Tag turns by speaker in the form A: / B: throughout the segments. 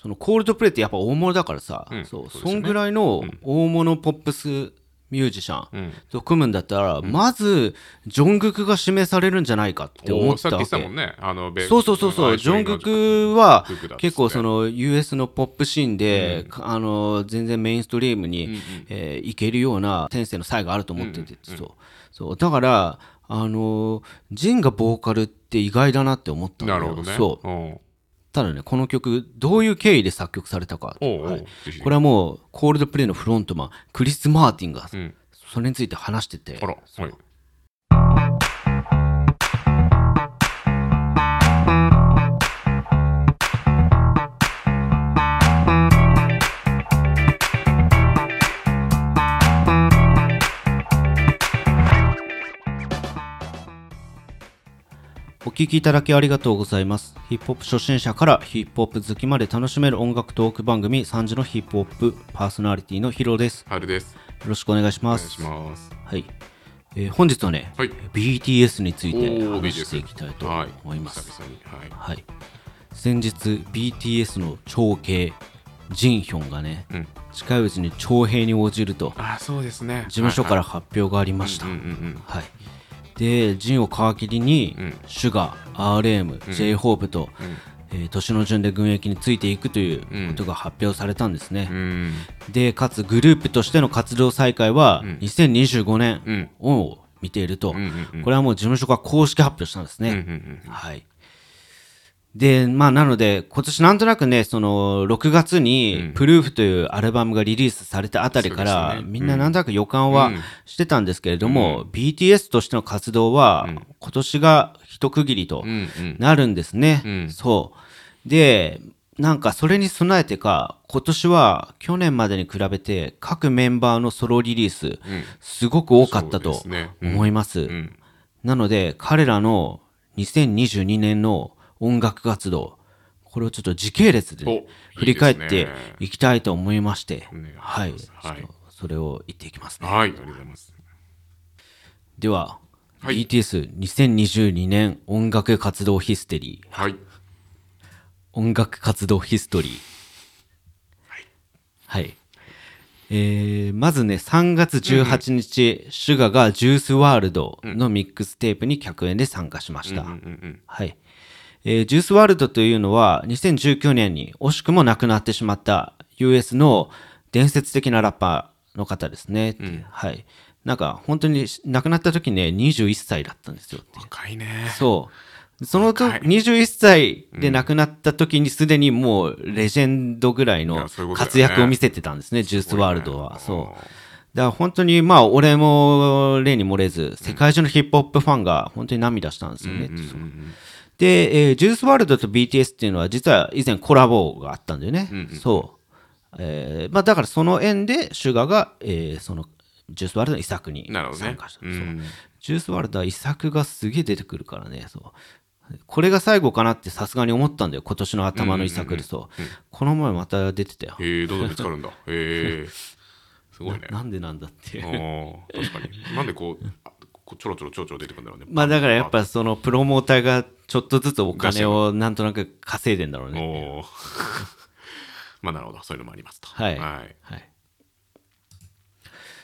A: そのコールドプレイってやっぱ大物だからさ、
B: うん
A: そう
B: そう
A: そ
B: ですよね
A: んぐらいの大物ポップスミュージシャン
B: うん
A: と組むんだったら、まずジョングクが指名されるんじゃないかって思
B: お
A: っ
B: さったき
A: わ
B: 言
A: け
B: ってたもんね。あの
A: そうそうそうそう、ジョングクは結構そ
B: の
A: の US のポップシーンで、かあの全然メインストリームに、えーいけるような天性の才があると思ってて、そうそうだからあのジンがボーカルって意外だなって思ったんだ
B: な
A: よ
B: るほどね。。
A: そう
B: ん
A: ただねこの曲どういう経緯で作曲されたか
B: おうおう
A: はい
B: ぜひぜひ
A: これはもうコールドプレイのフロントマンクリス・マーティンが
B: うん。
A: それについて話してて、
B: あら、はい。
A: お聴きいただきありがとうございます。ヒップホップ初心者からヒップホップ好きまで楽しめる音楽トーク番組3時のヒップホップパーソナリティのヒロです。よ
B: 春です。
A: ろしくお願いし
B: お
A: ま
B: 願い
A: す。
B: します。
A: はい、えー本日はね、
B: はい。
A: BTS につい
B: お
A: て
B: ー
A: 話していきたいと思います。
B: はい、久々に。は
A: は
B: い。
A: い、先日 BTS の長兄ジンヒョンがね、
B: うん
A: 近いうちに徴兵に応じると
B: あ、そうですね。
A: 事務所からら発表がありました。
B: うんうん
A: はい、でジンを皮切りに、
B: うん
A: シュガー RM、J−HOPE と、えー年の順で軍役についていくということが発表されたんですね、
B: うん。うん。
A: でかつグループとしての活動再開は2025年を見ていると、
B: うんうんうん
A: これはもう事務所が公式発表したんですね、
B: うんうん
A: はい。で、まあ、なので、今年なんとなくね、その、6月に、プルーフというアルバムがリリースされたあたりから、
B: そうですね
A: みんななんとなく予感はしてたんですけれども、BTS としての活動は、今年が一区切りと
B: うん。うんうん。
A: なるんですね。
B: ん
A: そう。で、なんかそれに備えてか、今年は去年までに比べて、各メンバーのソロリリース、すごく多かった
B: そ
A: と
B: うですねうん
A: 思います。
B: ん
A: なので、彼らの2022年の音楽活動、これをちょっと時系列でね、
B: おいいですね
A: 振り返っていきたいと思いまして、
B: お願いします
A: はい、
B: はい
A: ちょっとそれを言っていきますね。
B: はい、ありがとうございます。
A: では、
B: はい
A: BTS2022 年音楽活動ヒステリー、
B: はい。
A: 音楽活動ヒストリー。はい。えーまずね、3月18日、シュガがジュースワールドのミックステープに客演で参加しました。
B: うんうん
A: はい。えージュースワールドというのは、2019年に惜しくも亡くなってしまった US の伝説的なラッパーの方ですね。はい。なんか、本当に亡くなった時ね、21歳だったんですよ。
B: 若いね。
A: そう。そのと21歳で亡くなった時にすでにもうレジェンドぐらい
B: い
A: の
B: やそういうことだよね
A: 活躍を見せてたんですね、ジュースワールドは。
B: すごいね
A: そう。だから本当にまあ俺も例に漏れず、世界中のヒップホップファンが本当に涙したんですよね。そうで、えージュースワールドと BTS っていうのは実は以前コラボがあったんだよね。そう。えーまあ、だからその縁でシュガーが、えーそのジュースワールドの遺作に
B: なるほどね
A: 参加した、
B: う
A: そうんジュースワールドは遺作がすげえ出てくるからねそうこれが最後かなってさすがに思ったんだよ今年の頭の遺作でそう、この前また出てたよ、
B: へえ、どんどん見つか るんだ。へえ。すごいね。
A: なんでなんだっていう
B: おー確かに。なんでこう、あこうちょろちょろちょろちょろ出てくるんだろうね。
A: まあだからやっぱそのプロモーターがちょっとずつお金をなんとなく稼いでんだろうね。
B: おー まあなるほど、そういうのもありますと。
A: はい
B: はい。
A: はい、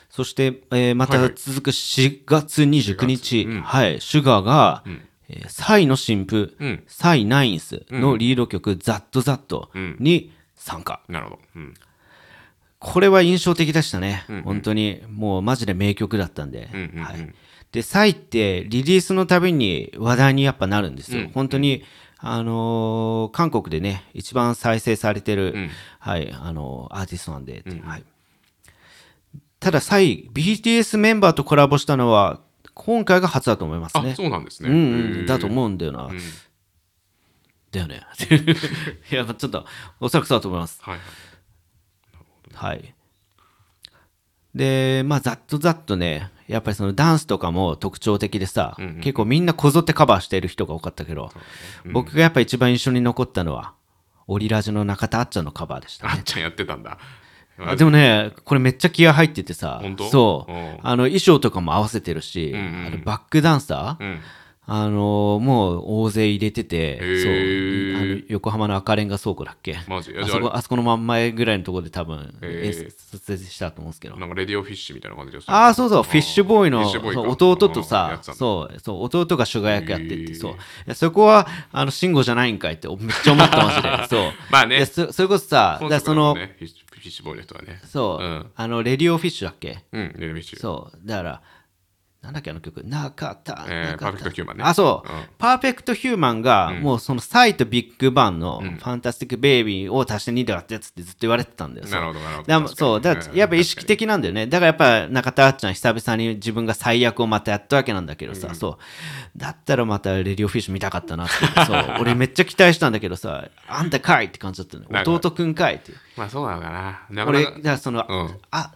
A: そして、えーま
B: はい
A: た
B: はい
A: 続く4月29日、
B: 4月うん
A: はい、シュガーが、えーサイの新婦、
B: うん
A: サイナインスのリード曲、ザットザットに参加。
B: なるほど。うん。
A: これは印象的でしたね、本当にもうマジで名曲だったんで、
B: んうんうん
A: はい、で「サイ」ってリリースのたびに話題にやっぱなるんですよ、本当にあのー韓国でね一番再生されてる、はいあのーアーティストなんで、はい、ただ「サイ」BTS メンバーとコラボしたのは今回が初だと思います
B: あ、
A: ね
B: そうなんですね。
A: うん
B: へ
A: うん、
B: ー
A: だと思うんだよな、だよね いやちょっとおそらくそうだと思います
B: はいはい。
A: はい。で、まあ、ざっとざっとね、やっぱりそのダンスとかも特徴的でさ、結構みんなこぞってカバーしている人が多かったけど、僕がやっぱ一番印象に残ったのは、オリラジの中田あっちゃんのカバーでした
B: あ
A: ね。
B: っちゃんやってたんだ。
A: あでもね、これめっちゃ気合入っててさ
B: 本当、
A: そう
B: うん、
A: あの衣装とかも合わせてるし、
B: んうん
A: あのバックダンサー、
B: うん。
A: あのもう大勢入れてて、そう
B: ー
A: あの横浜の赤レンガ倉庫だっけ
B: マジいや
A: あ
B: じゃ
A: そ
B: ああれ
A: こあそこの真ん前ぐらいのところで多分、
B: へ
A: え
B: ー
A: 撮影したと思うんですけど
B: なんかレディオフィッシュみたいな感じです
A: ああ、そうそう、フィッシュボーイ
B: フ
A: の
B: ィッシュボーイか
A: そう弟と
B: うんや
A: さ
B: っ、てたんだ
A: そう、そう、弟が主ガ役やって
B: へ
A: て、
B: ー
A: そういや。そこは、あの、慎吾じゃないんかいって、めっちゃ思った マジで。そう。
B: まあね
A: いやそそれこそさ、だ
B: 本
A: から
B: 作
A: そ
B: だも
A: の
B: ん、ねフィッシュフィッシュボーイの人はね
A: そう、
B: うん
A: あの、レディオフィッシュだっけ
B: うんレディオフィッシュ
A: そう。だから、なんだっけ、あの曲、なかった。
B: えー
A: なかった
B: パーフェクトヒューマンね
A: あ、そう
B: うん。
A: パーフェクトヒューマンが、もうそのサイとビッグバンの、ファンタスティック・ベイビーを足して2だってやつってずっと言われてたんだよ。そう
B: なるほどなるほど
A: だから
B: 確かに
A: そうだからやっぱ意識的なんだよねだからやっぱ中田あっちゃん久々に自分が最悪をまたやったわけなんだけどさ、そうだったらまたレディオフィッシュ見たかったなってそう 俺めっちゃ期待したんだけどさあんたかいって感じだった
B: な
A: ね
B: んか
A: 弟くんかいって
B: まあそうなのかななか
A: 俺
B: な
A: だ
B: か
A: からその、
B: うん
A: あ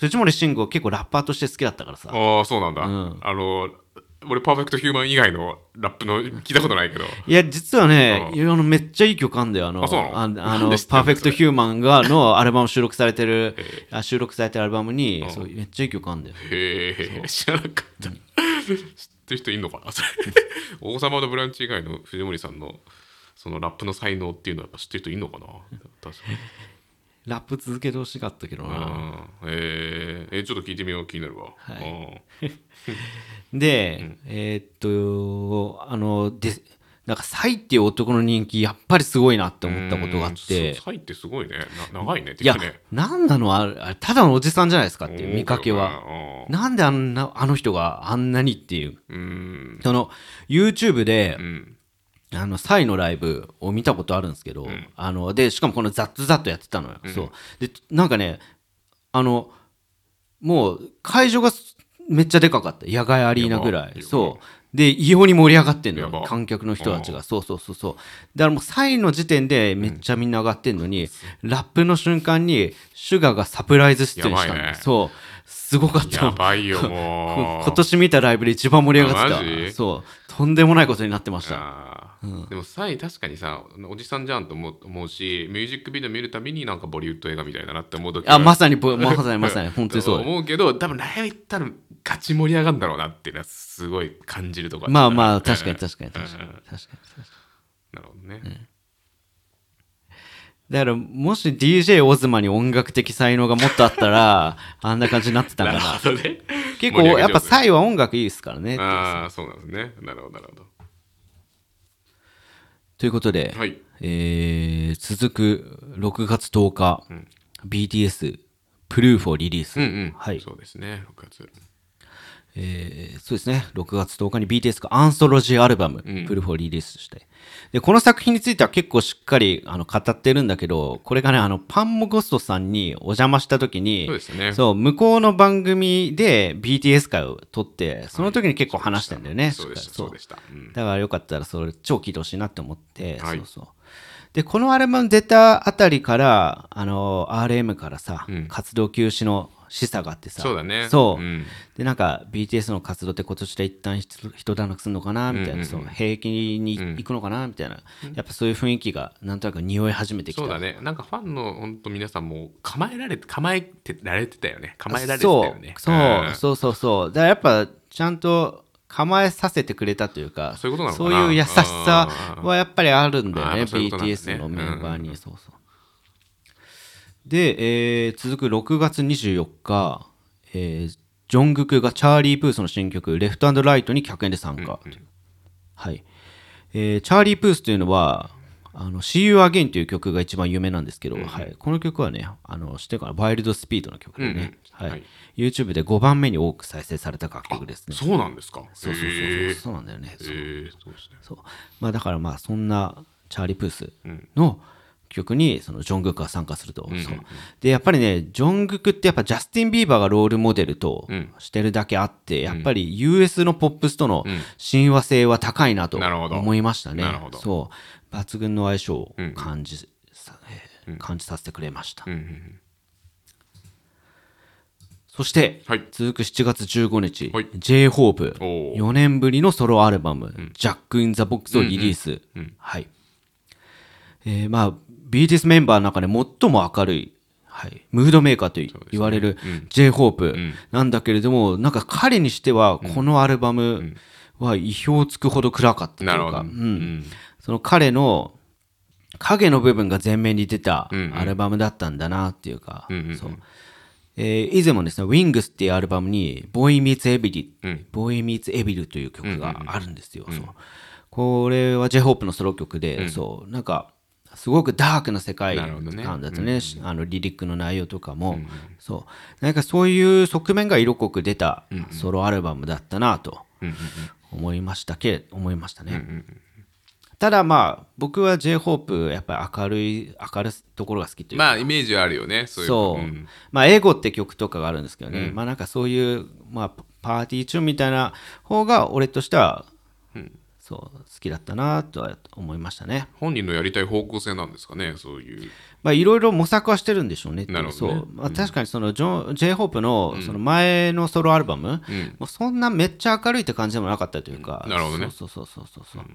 A: 藤森慎吾結構ラッパーとして好きだったからさ
B: ああそうなんだ、あの俺パーフェクトヒューマン以外のラップの聞いたことないけど
A: いや、実はね、
B: うん
A: いろいろめっちゃいい曲あんだよ。あの、
B: あそうなの
A: ああの
B: なんで知ってん
A: パ
B: の
A: ーフェクトヒューマンがのアルバム収録されて る、あ収録されてるアルバムに、そうめっちゃいい曲あんだよ。
B: へえ知らなかった、知ってる人いんのか なそれ王様のブランチ以外の藤森さんのそのラップの才能っていうのはやっぱ知ってる人いんのかな確かに
A: ラップ続けてほしかったけどな。
B: うんへええちょっと聞いてみよう気になるわ、はい、
A: で、えーっと、あの、で、なんかサイっていう男の人気、やっぱりすごいなって思ったことがあって、
B: サイってすごいねな長いね
A: いや
B: てかね、
A: なんなのあれ、あれただのおじさんじゃないですかっていう
B: 思うけどね
A: 見かけは。
B: う
A: なんであんな、あの人があんなにっていう。
B: んうん
A: その、YouTube で、
B: うん
A: あの、サイのライブを見たことあるんですけど、あの、で、しかもこのザッツザッとやってたのよ。そう。で、なんかね、あの、もう会場がすめっちゃでかかった。野外アリーナぐら
B: やば
A: い。
B: い
A: そう。で、異様に盛り上がってんの
B: やば
A: よ。観客の人たちが。そうそうそうそう。だからもうサイの時点でめっちゃみんな上がってんのに、ラップの瞬間にシュガーがサプライズ出演したの。
B: やばいね
A: そう。すごかった
B: や
A: の。
B: ばいよも う
A: 今年見たライブで一番盛り上が
B: あ
A: って
B: マジ
A: た。そう。とんでもないことになってました。
B: あーでもサイ確かにさおじさんじゃんと思う思うしミュージックビデオ見るたびになんかボリウッド映画みたいだなって思う時は
A: あ、まさに、ぼまさに、まさに、本当にそうだよ。
B: 思うけど多分ライブ行ったらガチ盛り上がるんだろうなっていうのはすごい感じるとか
A: まあまあ、確かに
B: うん
A: 確かに確かに確かに。
B: なるほどね、
A: だから、もし DJ オズマに音楽的才能がもっとあったら、 あんな感じになってたん
B: な
A: だ
B: る
A: な。
B: ほどね
A: 結構、やっぱサイは音楽いいですからね。
B: ああそうなんですねなるほどなるほど
A: ということで、
B: はい
A: えー続く6月10日、BTS、プルーフをリリース。
B: うんうん
A: はい
B: そうですね6月
A: えーそうですね、6月10日に BTS がアンソロジーアルバム、プルフォーリリースして、で、この作品については結構しっかりあの語ってるんだけど、これがね、あの、パンモゴストさんにお邪魔した時に、
B: そうですね
A: そう向こうの番組で BTS 会を撮って、その時に結構話してんだよね、
B: そうでし
A: し
B: た
A: っかり
B: そうでしたうん
A: だからよかったらそれ超聴いてほしいなって思って、
B: はい
A: そうそうでこのアルバム出たあたりからあの RM からさ、活動休止の示唆があってさ
B: そうだね
A: そう、
B: うん
A: でなんか BTS の活動って今年で一旦ひと一段落するのかなみたいな、そう兵役に行くのかなみたいな、やっぱそういう雰囲気がなんとなく匂い始めてきた
B: そうだねなんかファンの本当皆さんも構えられて構えてられてたよね構えられてたよね
A: そう
B: うん
A: そうそうそうそうだからやっぱちゃんと構えさせてくれたというか
B: そういうことなのか
A: そ
B: な
A: ういう優しさはやっぱりあるんだよ
B: あ
A: ね
B: ーそういうことなんですね
A: BTS のメンバーに、そうそうで、えー続く6月24日、えージョングクがチャーリー・プースの新曲「レフトライト」に100円で参加、はいえーチャーリー・プースというのは「あの See You Again」という曲が一番有名なんですけど、はい、この曲はねあの知ってるかなワイルド・スピードの曲でね、はい
B: はい
A: YouTube で5番目に多く再生された楽曲ですね
B: そうなんですか
A: そうそうそうそう、
B: へえ
A: そうなんだよねそう
B: へえそうですね
A: そうまあだからまあそんなチャーリー・プースの曲にそのジョングクが参加すると、そうでやっぱりねジョングクってやっぱジャスティン・ビーバーがロールモデルとしてるだけあって、やっぱり US のポップスとの親和性は高いなと
B: なるほど
A: 思いましたね
B: なるほど
A: そう抜群の相性を感じ,、さえー感じさせてくれました、そして、
B: はい
A: 続く7月15日、
B: はい
A: J-HOPE
B: おー
A: 4年ぶりのソロアルバム「ジャック・イン・ザ・ボックス」をリリース、はいえーまあ BTS メンバーの中で最も明るい、はい、ムードメーカーとい言われる J−HOPE なんだけれども、なんか彼にしてはこのアルバムは意表をつくほど暗かったというか
B: なるほど。う
A: うん
B: ん。
A: その彼の影の部分が前面に出た
B: うんうん
A: アルバムだったんだなっていうか、
B: うんうんうん
A: そうえー以前もですね「Wings」っていうアルバムに「Boy Meets Evil」
B: うん
A: ボーイ・ミーツ・エビル」という曲があるんですよ。そうこれは J−HOPE のソロ曲で、そうなんかすごくダークな世界
B: なるほどね
A: 観だとねしあのリリックの内容とかも、そうなんかそういう側面が色濃く出たソロアルバムだったなと
B: うんうん
A: 思いましたけ思いましたね。ただまあ僕は J−HOPE やっぱり明るい明るいところが好きというか
B: まあイメージはあるよね。そういう
A: そう、
B: ん
A: まあ英語って曲とかがあるんですけどね、まあなんかそういう、まあ、パーティー中みたいな方が俺としては、そう好きだったなとは思いましたね
B: 本人のやりたい方向性なんですかね。そういう。
A: まあいろいろ模索はしてるんでしょうね
B: なるほどね
A: そうまあ、確かにそのジョン J−HOPE のその前のソロアルバム、もうそんなめっちゃ明るいって感じでもなかったというか、
B: うんなるほどね
A: そうそうそうそうそう、だか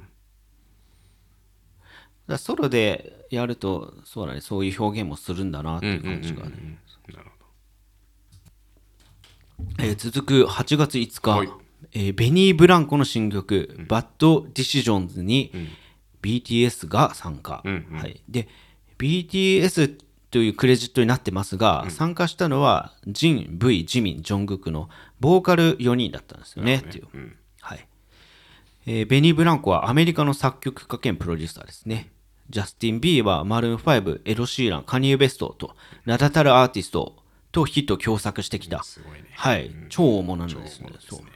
A: らソロでやるとそうだねそういう表現もするんだなっていう感じがね、
B: なるほど。
A: えー続く8月5日、
B: はい
A: えーベニー・ブランコの新曲「バッド・ディシジョンズ」に BTS が参加、
B: うん
A: はい、で BTS というクレジットになってますが、参加したのはジン、V、ジミン、ジョングクのボーカル4人だったんですよねっていう、はいえーベニー・ブランコはアメリカの作曲家兼プロデューサーですね。ジャスティン・ビーバー、マルーン5、エロ・シーラン、カニエ・ベストと名だたるアーティストとヒットを共作してきた、
B: すごいね。
A: はい、超大物なんですね。
B: そう
A: そう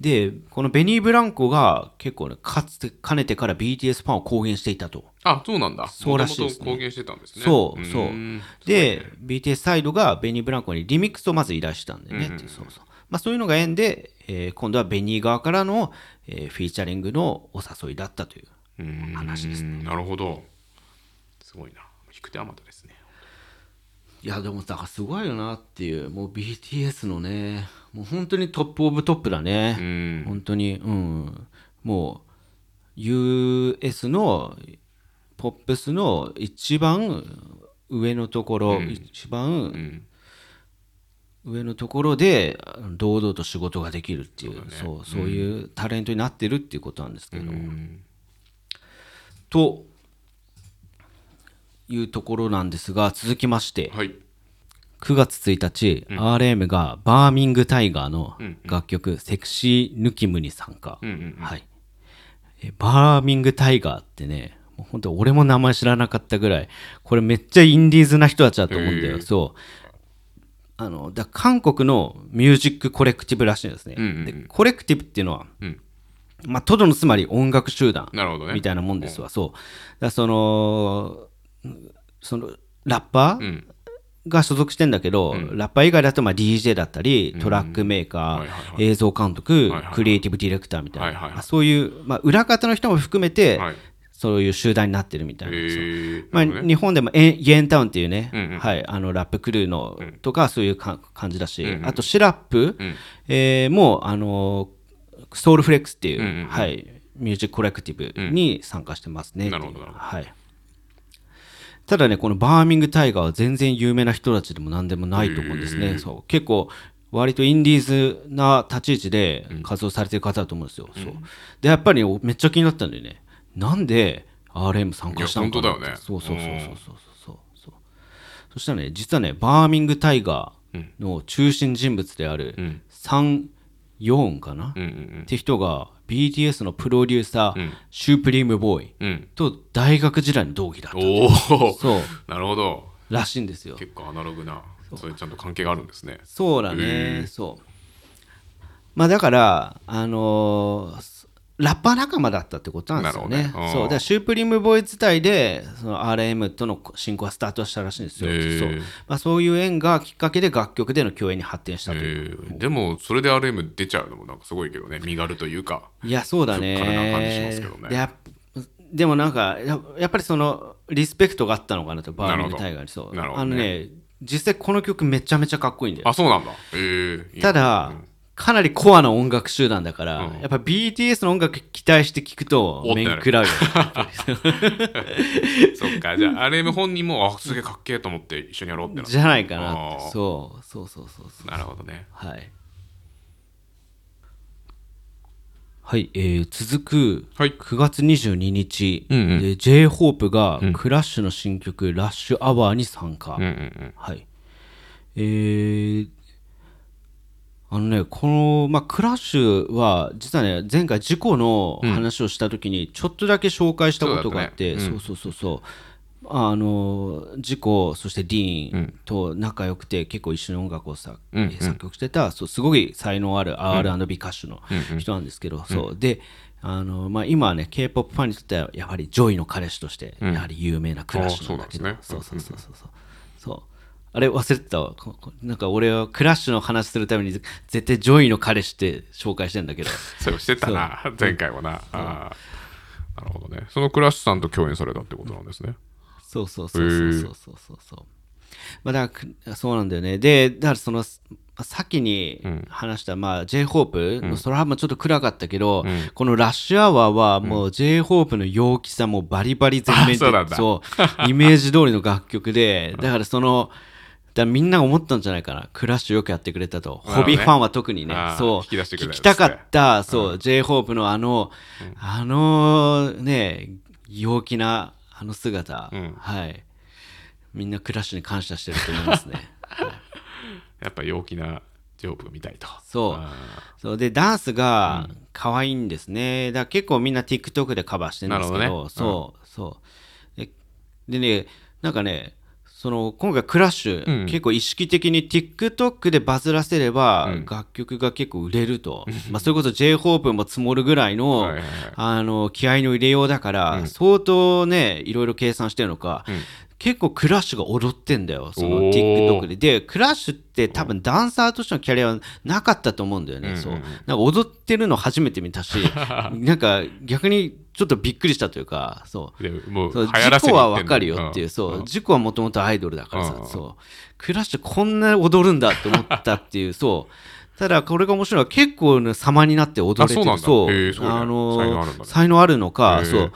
A: で、このベニー・ブランコが結構ね、かつて、かねてから BTS ファンを公言していたと。
B: あ、そうなんだ。
A: そうらしいですね
B: もともと公言してたんですね。
A: そう、そう
B: うん。
A: で、BTS サイドがベニー・ブランコにリミックスをまず依頼したんでね、っていうそうそう。まあ、そういうのが縁で、えー今度はベニー側からの、えーフィーチャリングのお誘いだったという。
B: うん
A: 話です
B: なるほど。すごいな。引く手あまたですね。
A: いや、でも、だからすごいよなっていう、もう BTS のね、もう本当にトップオブトップだね。
B: うん。
A: 本当に、うん、もう US のポップスの一番上のところ、一
B: う
A: 番
B: ん。
A: 上のところであの堂々と仕事ができるっていうそう,、そういうタレントになってるっていうことなんですけど、
B: うん
A: というところなんですが続きまして
B: はい。
A: 9月1日、RM がバーミングタイガーの楽曲「セクシーヌキム」に参加。
B: うんうん。
A: はい、えバーミングタイガーってねもう本当俺も名前知らなかったぐらいこれめっちゃインディーズな人たちだと思うんだよ、
B: へえ
A: そうあのだ韓国のミュージックコレクティブらしいんですね、
B: うんうんうん
A: でコレクティブっていうのは、
B: うん
A: まあ、とどのつまり音楽集団
B: なるほどね。
A: みたいなもんですわ、そうだからそのそのラッパー、
B: うん。
A: が所属してんだけど、ラッパー以外だとまあ DJ だったり、トラックメーカ
B: はいはい
A: ー、映像監督
B: はいはい、
A: クリエイティブディレクターみたい
B: はいはいはい
A: な、まあそういう、まあ、裏方の人も含めて、
B: はい。
A: そういう集団になってるみたいな。
B: へえ。
A: まあ、
B: なるほどね
A: 日本でもエンイエンタウンっていうね、
B: うんうん
A: はい、あのラップクルーのとかそういうか感じだし、
B: うんうん
A: あとシラップ、
B: うん
A: えーもうあのーソウルフレックスっていう、
B: うんうんうん
A: はい、ミュージックコレクティブに参加してますね、
B: うんなるほどなるほど
A: はい、ただねこのバーミングタイガーは全然有名な人たちでも何でもないと思うんですね、そう結構割とインディーズな立ち位置で活動されてる方だと思うんですよ、そうでやっぱりねめっちゃ気になったんだよねなんで RM 参加したのかない
B: や本当だよね
A: そうそうそうそうそうそうそうそしたらね実はねバーミングタイガーの中心人物である
B: ん
A: サン・ヨーンかな、
B: うんうん
A: って人が BTS のプロデューサー、シュープリームボーイ
B: うん。うん。
A: と大学時代の同期だった
B: おお。
A: そう
B: なるほど。
A: らしいんですよ
B: 結構アナログな。それちゃんと関係があるんですね。
A: そうだねそうまあだからあのーラッパー仲間だったってことなんですよ
B: な
A: ね
B: るほどねうん
A: そうだからシュープリームボーイ自体でその RM との進行はスタートしたらしいんですよ、
B: へー
A: そうまあ、そういう縁がきっかけで楽曲での共演に発展した
B: え
A: という、
B: ー、でもそれで RM 出ちゃうのもなんかすごいけどね身軽というか
A: いやそうだ
B: そっからな感じしますけ
A: ね
B: どね
A: でやでもなんかややっぱりそのリスペクトがあったのかなとバーミン
B: なるほ
A: グ
B: ど
A: タイガーにそう、
B: なるほ
A: あ
B: ど
A: の
B: ね
A: ね実際この曲めちゃめちゃかっこいいんだよ
B: あそうなんだえーいいな
A: ただ、かなりコアな音楽集団だから、やっぱ BTS の音楽期待して聞くと
B: おって
A: 面
B: なる
A: 食らう よ
B: そっかじゃあ RM 本人もあすげえかっけえと思って一緒にやろうってな
A: じゃないかなっ
B: あー
A: てそうそうそうそうそう
B: なるほどね
A: はいはい、えー続く
B: はい
A: 9月22日、
B: うんうん
A: えー J−HOPE がクラッシュの新曲、ラッシュアワーに参加、
B: うんうんうん
A: はいえーあのねこの、まあ、クラッシュは実はね前回事故の話をした時にちょっとだけ紹介したことがあってそう,、そうそうそうあの事故そしてディーンと仲良くて結構一緒に音楽をさ、作曲してたそうすごい才能ある R&B 歌手の人なんですけど、そうであの、まあ、今はね k p o p ファンにとってはやはりジョイの彼氏としてやはり有名なクラッシュなんだけど、
B: ああ
A: そう
B: そ
A: う
B: なんです
A: そ
B: ね
A: うそうそうそうそうあれ忘れてたわここなんか俺はクラッシュの話するために絶対ジョイの彼氏って紹介してんだけど
B: そうしてたな 前回はなあーなるほどねそのクラッシュさんと共演されたってことなんですね
A: そうそうそうそうそうそうそうそうまあだからくそうなんだよねでだからその先に話した、まあ、J−HOPE のそれはまあちょっと暗かったけど、このラッシュアワーはもう J−HOPE の陽気さもバリバリ全面的
B: あそうなんだ
A: そうイメージ通りの楽曲でだからそのだからみんな思ったんじゃないかなクラッシュよくやってくれたと、
B: なるほ
A: ホ
B: どね
A: ビーファンは特にね
B: あー
A: そう
B: 引き出してくれた
A: 聞きたかったそう、J−HOPE のあの、あのね陽気なあの姿、はいみんなクラッシュに感謝してると思いますね
B: やっぱ陽気なジョープが見たいと
A: そう
B: あ
A: そうでダンスが可愛いんですね、だから結構みんな TikTok でカバーしてるんですけど
B: なるほどね
A: そうそうででねなんかねその今回クラッシュ、
B: うん
A: 結構意識的に TikTok でバズらせれば、楽曲が結構売れると、まあ、それこそ J−HOPE も積もるぐらいの、
B: はいはいはい
A: あの気合の入れようだから、相当ねいろいろ計算してるのか、結構クラッシュが踊ってんだよその
B: おー
A: TikTok ででクラッシュって多分ダンサーとしてのキャリアはなかったと思うんだよね、そうなんか踊ってるの初めて見た しなんか逆にちょっとびっくりしたというかそう
B: ーでもう
A: そう
B: 流
A: 事
B: 行らせ
A: 故
B: に
A: は
B: 行ってんだ
A: わかるよっていう、
B: ん
A: そう、事故はもともとアイドルだからさ、
B: うん
A: そう、クラッシュこんな踊るんだって思ったっていう、そう、ただこれが面白いのは結構ね様になって踊れて
B: あそうなん
A: る、
B: だへえすごいね
A: あの
B: 才能あるんだね
A: 才能あるのか
B: へ、え
A: そう、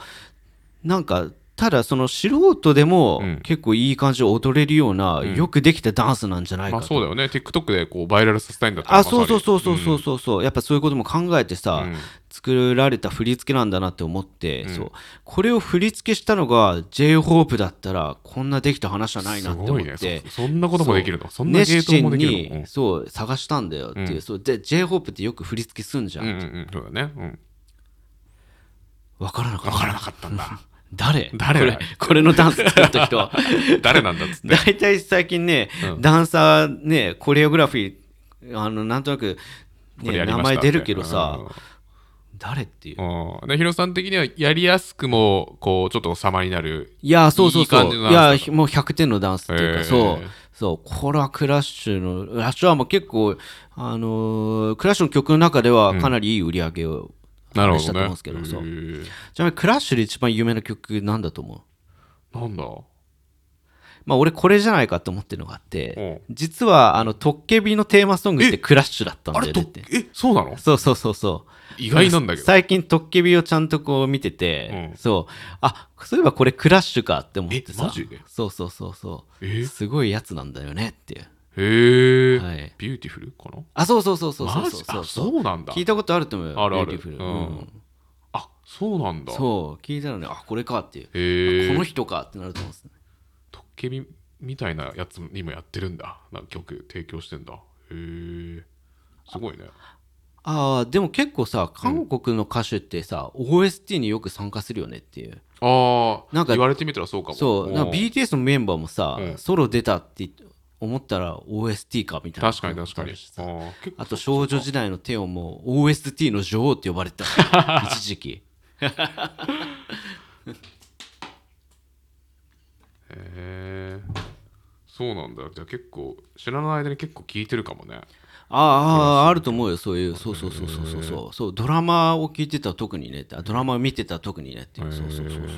A: なんか、ただその素人でも
B: うん
A: 結構いい感じで踊れるような、よくできたダンスなんじゃない
B: ま
A: か
B: あ
A: と
B: そうだよね TikTok でこうバイラルさせたいんだった
A: あ
B: らまさ
A: そ
B: に
A: うそうそうそうそうそうそう、やっぱそういうことも考えてさ、
B: ん
A: 作られた振り付けなんだなって思って、そうこれを振り付けしたのが j ホープだったらこんなできた話じゃないな
B: す
A: って
B: ご
A: 思っ
B: いね
A: て、
B: そそんなこともできるのそんなゲ
A: 熱
B: ート
A: 心
B: もできるの
A: にそう探したんだよっていう、そうで j ホープってよく振り付けすんじゃ
B: うん
A: ん、
B: うんうんそうだねうん
A: わからなか
B: 分
A: った
B: からなかったんだ
A: 誰
B: 誰
A: こ
B: だ
A: れこれのダンス作った 人
B: 誰なんだっつって
A: 大体最近ね、ダンサーねコレオグラフィーあのなんとなく、
B: これ
A: ね、
B: やりま
A: 名
B: した
A: 前出るけどさ、
B: うん
A: 誰っていう
B: うんでヒロさん的にはやりやすくもこうちょっと様になる
A: いや、そうそうそ
B: いい
A: う。
B: 感じ
A: い
B: のダ
A: や
B: ンス、
A: もう100点のダンスっていう
B: へー
A: か、そう。そう、これはクラッシュの、ラッシュはもう結構、あのークラッシュの曲の中ではかなりいい売り上げを、
B: なる
A: したと
B: ほど
A: 思うん
B: ね
A: ですけど
B: へ
A: そう
B: ー
A: ちなみにクラッシュで一番有名な曲なんだと思う
B: なんだ
A: まあ俺これじゃないかと思ってるのがあって、
B: う
A: 実はあの、トッケビのテーマソングってクラッシュだったんだ
B: あ
A: よ
B: れ
A: ね
B: と
A: って。
B: えそうなの
A: そうそうそうそう。
B: 意外なんだけど
A: 最近トッケビをちゃんとこう見てて、
B: うん
A: そう。あ、そういえばこれクラッシュかって思ってさ。
B: えマジで
A: そうそうそうそう。
B: え
A: すごいやつなんだよねっていう。
B: へえ
A: はい
B: ビューティフルかな
A: あ、そうそうそうそうそ
B: マ
A: う
B: ジ
A: そ
B: あ
A: うそう。
B: そうなんだ
A: 聞いたことあると思うよ。
B: あるあ
A: ビ
B: る
A: ューティフ
B: う
A: ルうん
B: んあそうなんだ
A: そう、聞いたらね、あ、これかっていう。
B: へえ
A: この人かってなると思うんですね。
B: トッケビみたいなやつにもやってるんだなんか曲提供してんだへえすごいね
A: ああ、でも結構さ、韓国の歌手ってさ、OST によく参加するよねっていう。
B: ああ
A: なんか
B: 言われてみたらそうかも
A: そう、なんか
B: ん
A: BTS のメンバーもさ
B: う、ん
A: ソロ出たって思ったら OST かみたいな。
B: 確かに確かにあー結構
A: あと少女時代のテオも OST の女王って呼ばれてた 一時期
B: へえそうなんだじゃあ結構知らない間に結構聞いてるかもね
A: あああると思うよそういうそうそうそうそうそうそうそうドラマを聞いてたら特にねってあドラマを見てたら特にねっていうそうそうそうそう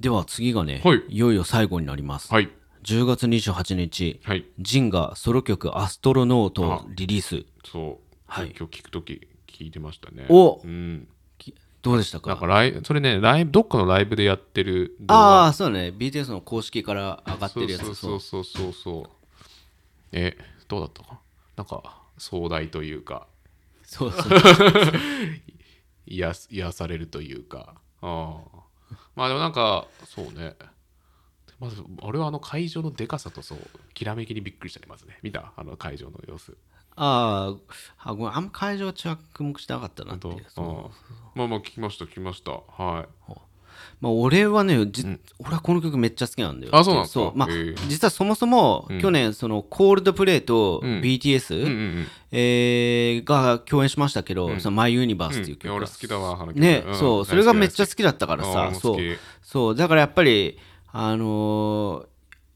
A: では次がね、
B: はい
A: よいよ最後になります、
B: はい
A: 10月28日
B: はい
A: ジンがソロ曲「アストロノート」をリリース
B: そう、
A: はい
B: 今日聞くとき聞いてましたね
A: お
B: うん
A: きどうでしたか
B: なんかライそれねライブどっかのライブでやってる動画
A: ああそうだね BTS の公式から上がってるやつ
B: そうそうそうそうそうそうえどうだったかななんか壮大というか
A: そうそう。
B: 癒や癒やされるというかああまあでもなんかそうねまず俺はあの会場のでかさとそうきらめきにびっくりしたねまずね見たあの会場の様子
A: ああ、あごめんあんま会場着目してなかったな
B: 本
A: って
B: 当
A: いう。
B: ああまあまあ聞きました聞きましたはい
A: まあ、俺はね、じ俺はこの曲めっちゃ好きなんだよ。
B: あそうなんですか
A: まあ
B: へえ、
A: 実はそもそも、去年、その、コールドプレイと
B: ん
A: BTS、
B: うんうんうん
A: えーが共演しましたけど、そのマイユニバースっていう
B: いや
A: 曲
B: 俺
A: が
B: 好きだわあの曲
A: ね、
B: ん
A: そう、それがめっちゃ
B: 大好
A: 好きだったから
B: あー俺
A: さ、
B: も好
A: そ
B: き
A: う、そう、だからやっぱり、あのー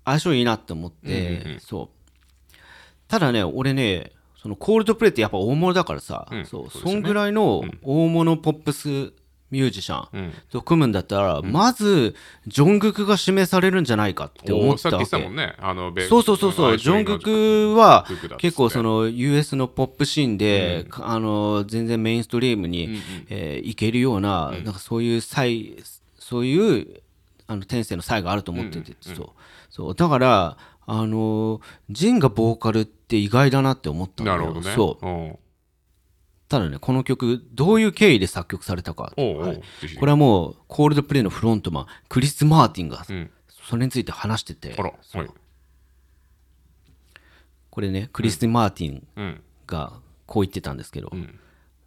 A: 相性いいなって思って、そう。ただね、俺ね、そのコールドプレイってやっぱ大物だからさ、
B: うん
A: そう、
B: そ
A: そ
B: うですよね
A: んぐらいの大物ポップスミュージシャン
B: きうん
A: と組むんだったら、まず、ジョングクが指名されるんじゃないかって思っ
B: お
A: た
B: さっき言
A: わ
B: ってたも
A: け
B: ん。ねあのべ
A: そうそうそうそう、
B: 相
A: ジ
B: 性い
A: ョ
B: い
A: ン
B: の
A: グクは
B: ジョングクだっつって
A: 結構その US のポップシーンで、かあの全然メインストリームにえーいけるような、なんかそういう才そういうあの天性の才があると思ってて、そうそうだからあのジンがボーカルって意外だなって思ったんだ
B: な
A: よ
B: るほどね
A: そう
B: うん
A: ただねこの曲どういう経緯で作曲されたか
B: おうおう
A: はい
B: ぜひぜひ
A: これはもうコールドプレイのフロントマンクリス・マーティンが
B: うん
A: それについて話してて、
B: あらはい
A: これねクリス・マーティン
B: うん
A: がこう言ってたんですけど、
B: ん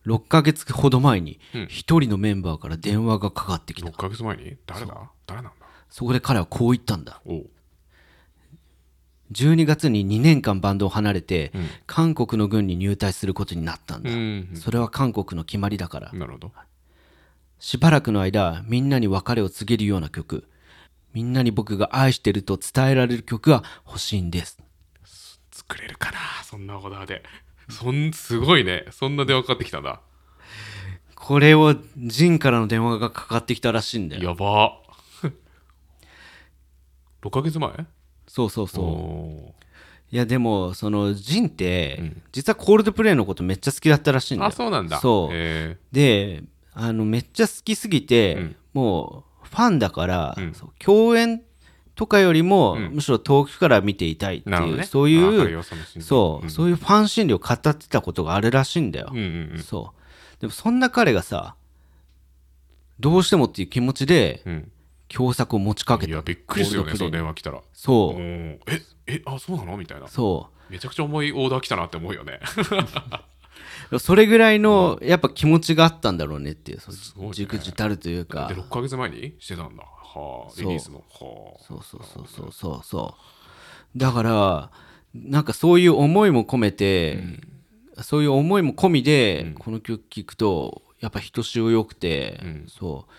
A: 6ヶ月ほど前に一人のメンバーから電話がかかってきた、
B: 6ヶ月前に誰だ誰なんだ
A: そこで彼はこう言ったんだ
B: おう
A: 12月に2年間バンドを離れて、韓国の軍に入隊することになったん
B: う
A: だ、
B: ん
A: それは韓国の決まりだから、
B: なるほど
A: しばらくの間みんなに別れを告げるような曲みんなに僕が愛してると伝えられる曲が欲しいんです
B: 作れるかなそんなオーダーでそんすごいねそんな電話かかってきたんだ
A: これをジンからの電話がかかってきたらしいんだよ
B: やば 6ヶ月前
A: そうそうそう
B: お
A: いやでもそのジンって、実はコールドプレイのことめっちゃ好きだったらしいん
B: ー
A: だよ
B: あそうなんだ
A: そう
B: へ
A: であのめっちゃ好きすぎて、もうファンだから、そう共演とかよりも、むしろ遠くから見ていたいって
B: ーなるほ
A: い
B: ど
A: う、
B: ね
A: そう
B: あわかる
A: い
B: よ
A: う
B: その心情
A: そう、そういうファン心理を語ってたことがあるらしいんだよ、
B: うんうん
A: そうでもそんな彼がさどうしてもっていう気持ちで
B: うんうん
A: 共作を持ちかけ
B: い
A: た
B: やびっくりするよ
A: コ
B: ね
A: ール
B: そ
A: ド
B: の
A: プレイ
B: 電話来たら
A: そううん
B: ええあそうなのみたいな
A: そう
B: めちゃくちゃ重いオーダー来たなって思うよね
A: それぐらいのやっぱ気持ちがあったんだろうねっていうそう
B: ごいね
A: じくじたるというか
B: で6ヶ月前にしてたんだはあ
A: そう
B: リリースのはあ
A: そうそうそうそうそうそうだからなんかそういう思いも込めて、そういう思いも込みで、この曲聴くとやっぱひとしおよくて、
B: うん
A: そう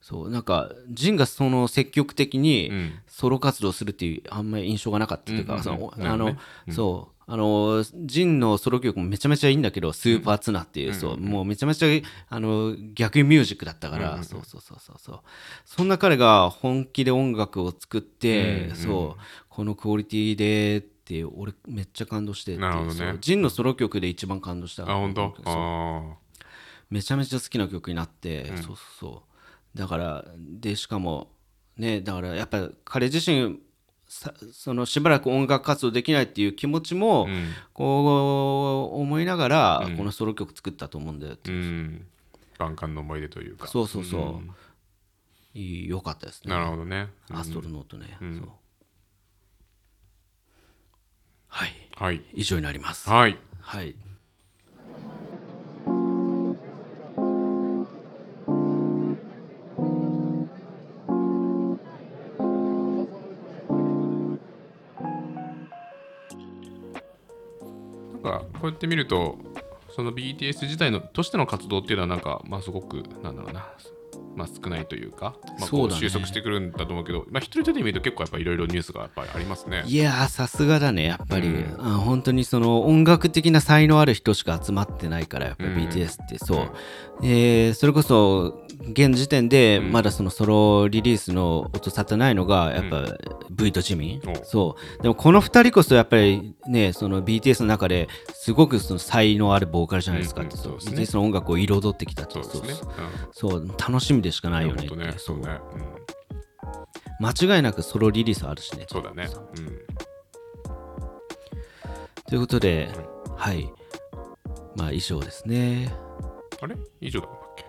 A: そうなんかジンがその積極的に、
B: うん
A: ソロ活動するっていうあんまり印象がなかったというか、
B: うんうんうん
A: その
B: な
A: あ
B: るほど
A: の、
B: ね
A: そうあのジンのソロ曲もめちゃめちゃいいんだけど「スーパーツナ」っていう、そうもうめちゃめちゃあの逆ミュージックだったから、そうそうそうそうそうそんな彼が本気で音楽を作って、そうこのクオリティでって俺めっちゃ感動してっていう
B: なるほどね
A: そうジンのソロ曲で一番感動した
B: あ本当
A: そう
B: あ
A: めちゃめちゃ好きな曲になって、そうそうそうだからでしかもねだからやっぱ彼自身さそのしばらく音楽活動できないっていう気持ちも、
B: あうん
A: こう思いながら、このソロ曲作ったと思うんだよ、
B: うん万感の思い出というか
A: そうそうそう、いい良かったですね
B: なるほどね
A: アストロノートね、そうはい
B: はい
A: 以上になります
B: はい
A: はい
B: なんかこうやって見るとその BTS 自体のとしての活動っていうのはなんかまあすごくなんだろうなまあ少ないというか、まあ、
A: そ
B: こ
A: う
B: う
A: だね
B: 収束してくるんだと思うけどまあ一人一人見ると結構やっぱいろいろニュースがやっぱりありますね
A: いやーさすがだねやっぱり、
B: うん
A: あ本当にその音楽的な才能ある人しか集まってないからやっぱ
B: うん
A: BTS ってそう、えーそれこそ現時点でまだそのソロリリースの音沙汰ないのがやっぱ V とジミン、
B: お
A: そうでもこの2人こそやっぱりねその BTS の中ですごくその才能あるボーカルじゃないですかって、
B: うんうん
A: そう
B: そうです
A: BTS
B: ね
A: の音楽を彩ってきたって
B: そうですね
A: そうそう楽しみでしかな
B: う
A: い
B: ん
A: よね
B: 本
A: って
B: 当ね
A: そ
B: そううねうん
A: 間違いなくソロリリースあるしね
B: そうだねうん
A: ということで、はい。まあ以上ですね
B: あれ以上だったっけ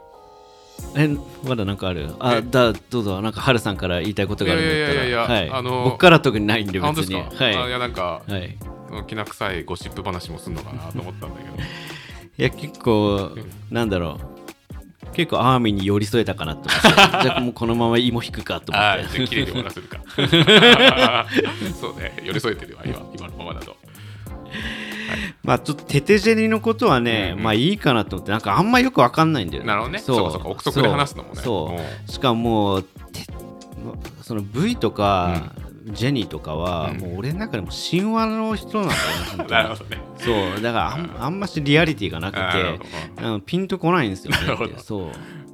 A: えまだなんかあるあ
B: え
A: だどうぞなんかハルさんから言いたいことがあるんだったら
B: いやいやいやいや
A: はい
B: あの
A: 僕から特にないんで
B: あ本当で
A: 別
B: す
A: に
B: か、
A: はい
B: あいやなんか、
A: はい
B: きな臭いゴシップ話もすんのかなと思ったんだけど
A: いや結構なんだろう結構アーミーに寄り添えたかなと思 ってじゃあもうこのまま芋引くかと思
B: あ
A: っ
B: ー
A: て
B: じゃあ綺麗に終わらせるか そうね寄り添えてるわ今今のままだと
A: まあちょっとテテジェニのことはね、
B: うんうん
A: まあいいかなと思ってなんかあんまよくわかんないんだよね
B: なるほどね
A: そう
B: そうかそうか憶測で話すのもね
A: そう
B: うん
A: そうしかももうてその V とか、ジェニーとかは、
B: うん
A: もう俺の中でも神話の人なんだよね本当に
B: なるほどね
A: そうだからあんあんましリアリティがなく
B: あーなるほ
A: てあのピンとこないんですよね
B: なるほど
A: そう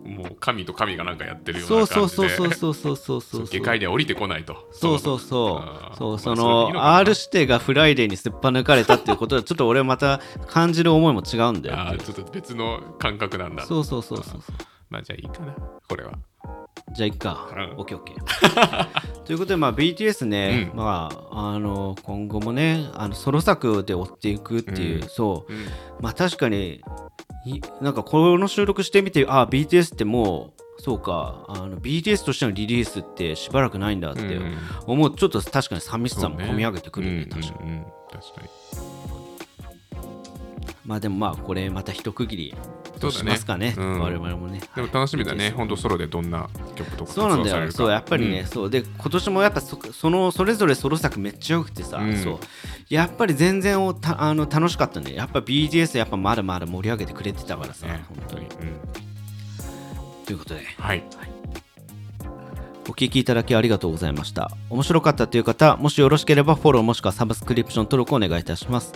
B: どもう神と神がなんかやってるよう
A: そ
B: な
A: うそ
B: 感
A: う
B: じで
A: そうそうそうそうそうそう
B: 下界には降りてこないと
A: そうそうそう
B: あー
A: そう
B: まあ
A: そ
B: れでいい
A: の
B: かな
A: R 指定がフライデーにすっぱ抜かれたっていうことはちょっと俺また感じる思いも違うんだよ
B: あーちょっと別の感覚なんだ
A: そうそうそうそうそう
B: まあじゃあいいかなこれは
A: じゃあいっか
B: うん
A: オッケーオッケー ということでまあ BTS ね、
B: うん
A: まああの今後もねあのソロ作で追っていくっていう、
B: うん
A: そう
B: うん
A: まあ確かにいなんかこの収録してみてあ BTS ってもうそうかあの BTS としてのリリースってしばらくないんだって
B: うん
A: 思うとちょっと確かに寂し
B: そ
A: さ
B: う
A: も
B: ね
A: 込み上げてくるね
B: うん
A: 確かに
B: うんうん確かに
A: まあでもまあこれまた一区切り
B: そ
A: と
B: うだね
A: しますかね
B: うん
A: 我々もね
B: でも楽しみだね、本当ソロでどんな曲とか
A: そうなんだよ、そうやっぱりね、
B: ね
A: そうで今年もやっぱそそのそれぞれソロ作めっちゃ良くてさ、
B: うん
A: そうやっぱり全然おたあの楽しかったね、やっぱ BTS やっぱまだまだ盛り上げてくれてたからさ、本当に。
B: うん
A: ということで、
B: はい。
A: お聞きいただきありがとうございました。面白かったという方、もしよろしければフォローもしくはサブスクリプション登録をお願いいたします。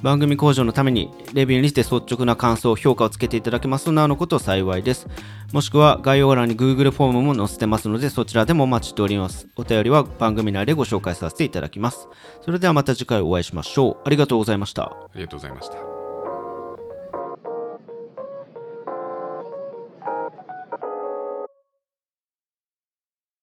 A: 番組向上のために、レビューにして率直な感想、評価をつけていただけますとなおのこと幸いです。もしくは概要欄に Google フォームも載せてますので、そちらでもお待ちしております。お便りは番組内でご紹介させていただきます。それではまた次回お会いしましょう。ありがとうございました。
B: ありがとうございました。